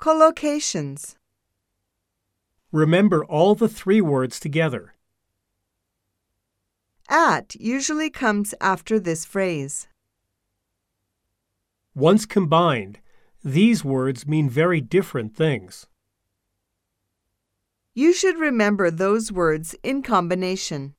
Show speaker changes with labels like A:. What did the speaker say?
A: Local locations.
B: Remember all the three words together.
A: At usually comes after this phrase.
B: Once combined, these words mean very different things.
A: You should remember those words in combination.